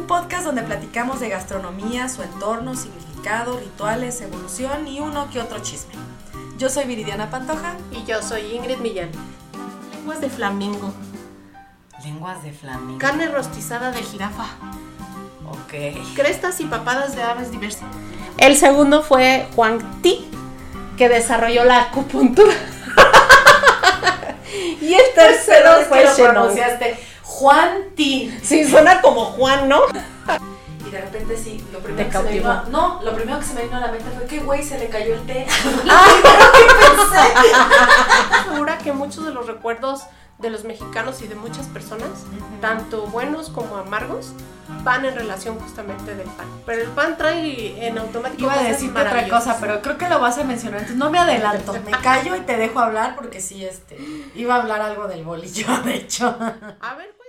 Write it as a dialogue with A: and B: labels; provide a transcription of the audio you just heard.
A: podcast donde platicamos de gastronomía, su entorno, significado, rituales, evolución y uno que otro chisme. Yo soy Viridiana Pantoja.
B: Y yo soy Ingrid Millán. Lenguas de flamingo.
C: Lenguas de flamingo.
B: Carne rostizada de jirafa.
C: Ok.
B: Crestas y papadas de aves diversas. El segundo fue Huang Ti, que desarrolló la acupuntura. y el tercero
C: Pues, Es que
B: fue
C: lo
B: Shenong.
C: pronunciaste. Juan Ti.
B: Sí, suena como Juan, ¿no?
A: Y de repente sí, lo primero
B: Te
A: que se me vino,
B: cautivó.
A: no, lo primero que se me vino a la mente fue que güey se le cayó el té.
B: Segura que muchos de los recuerdos de los mexicanos y de muchas personas, tanto buenos como amargos, van en relación justamente del pan. Pero el pan trae en automático
A: Iba a
B: cosas
A: decirte otra
B: maravillosas.
A: cosa, pero creo que lo vas a mencionar, entonces no me adelanto. Me callo y te dejo hablar porque sí, este, iba a hablar algo del bolillo, de hecho.
B: A ver,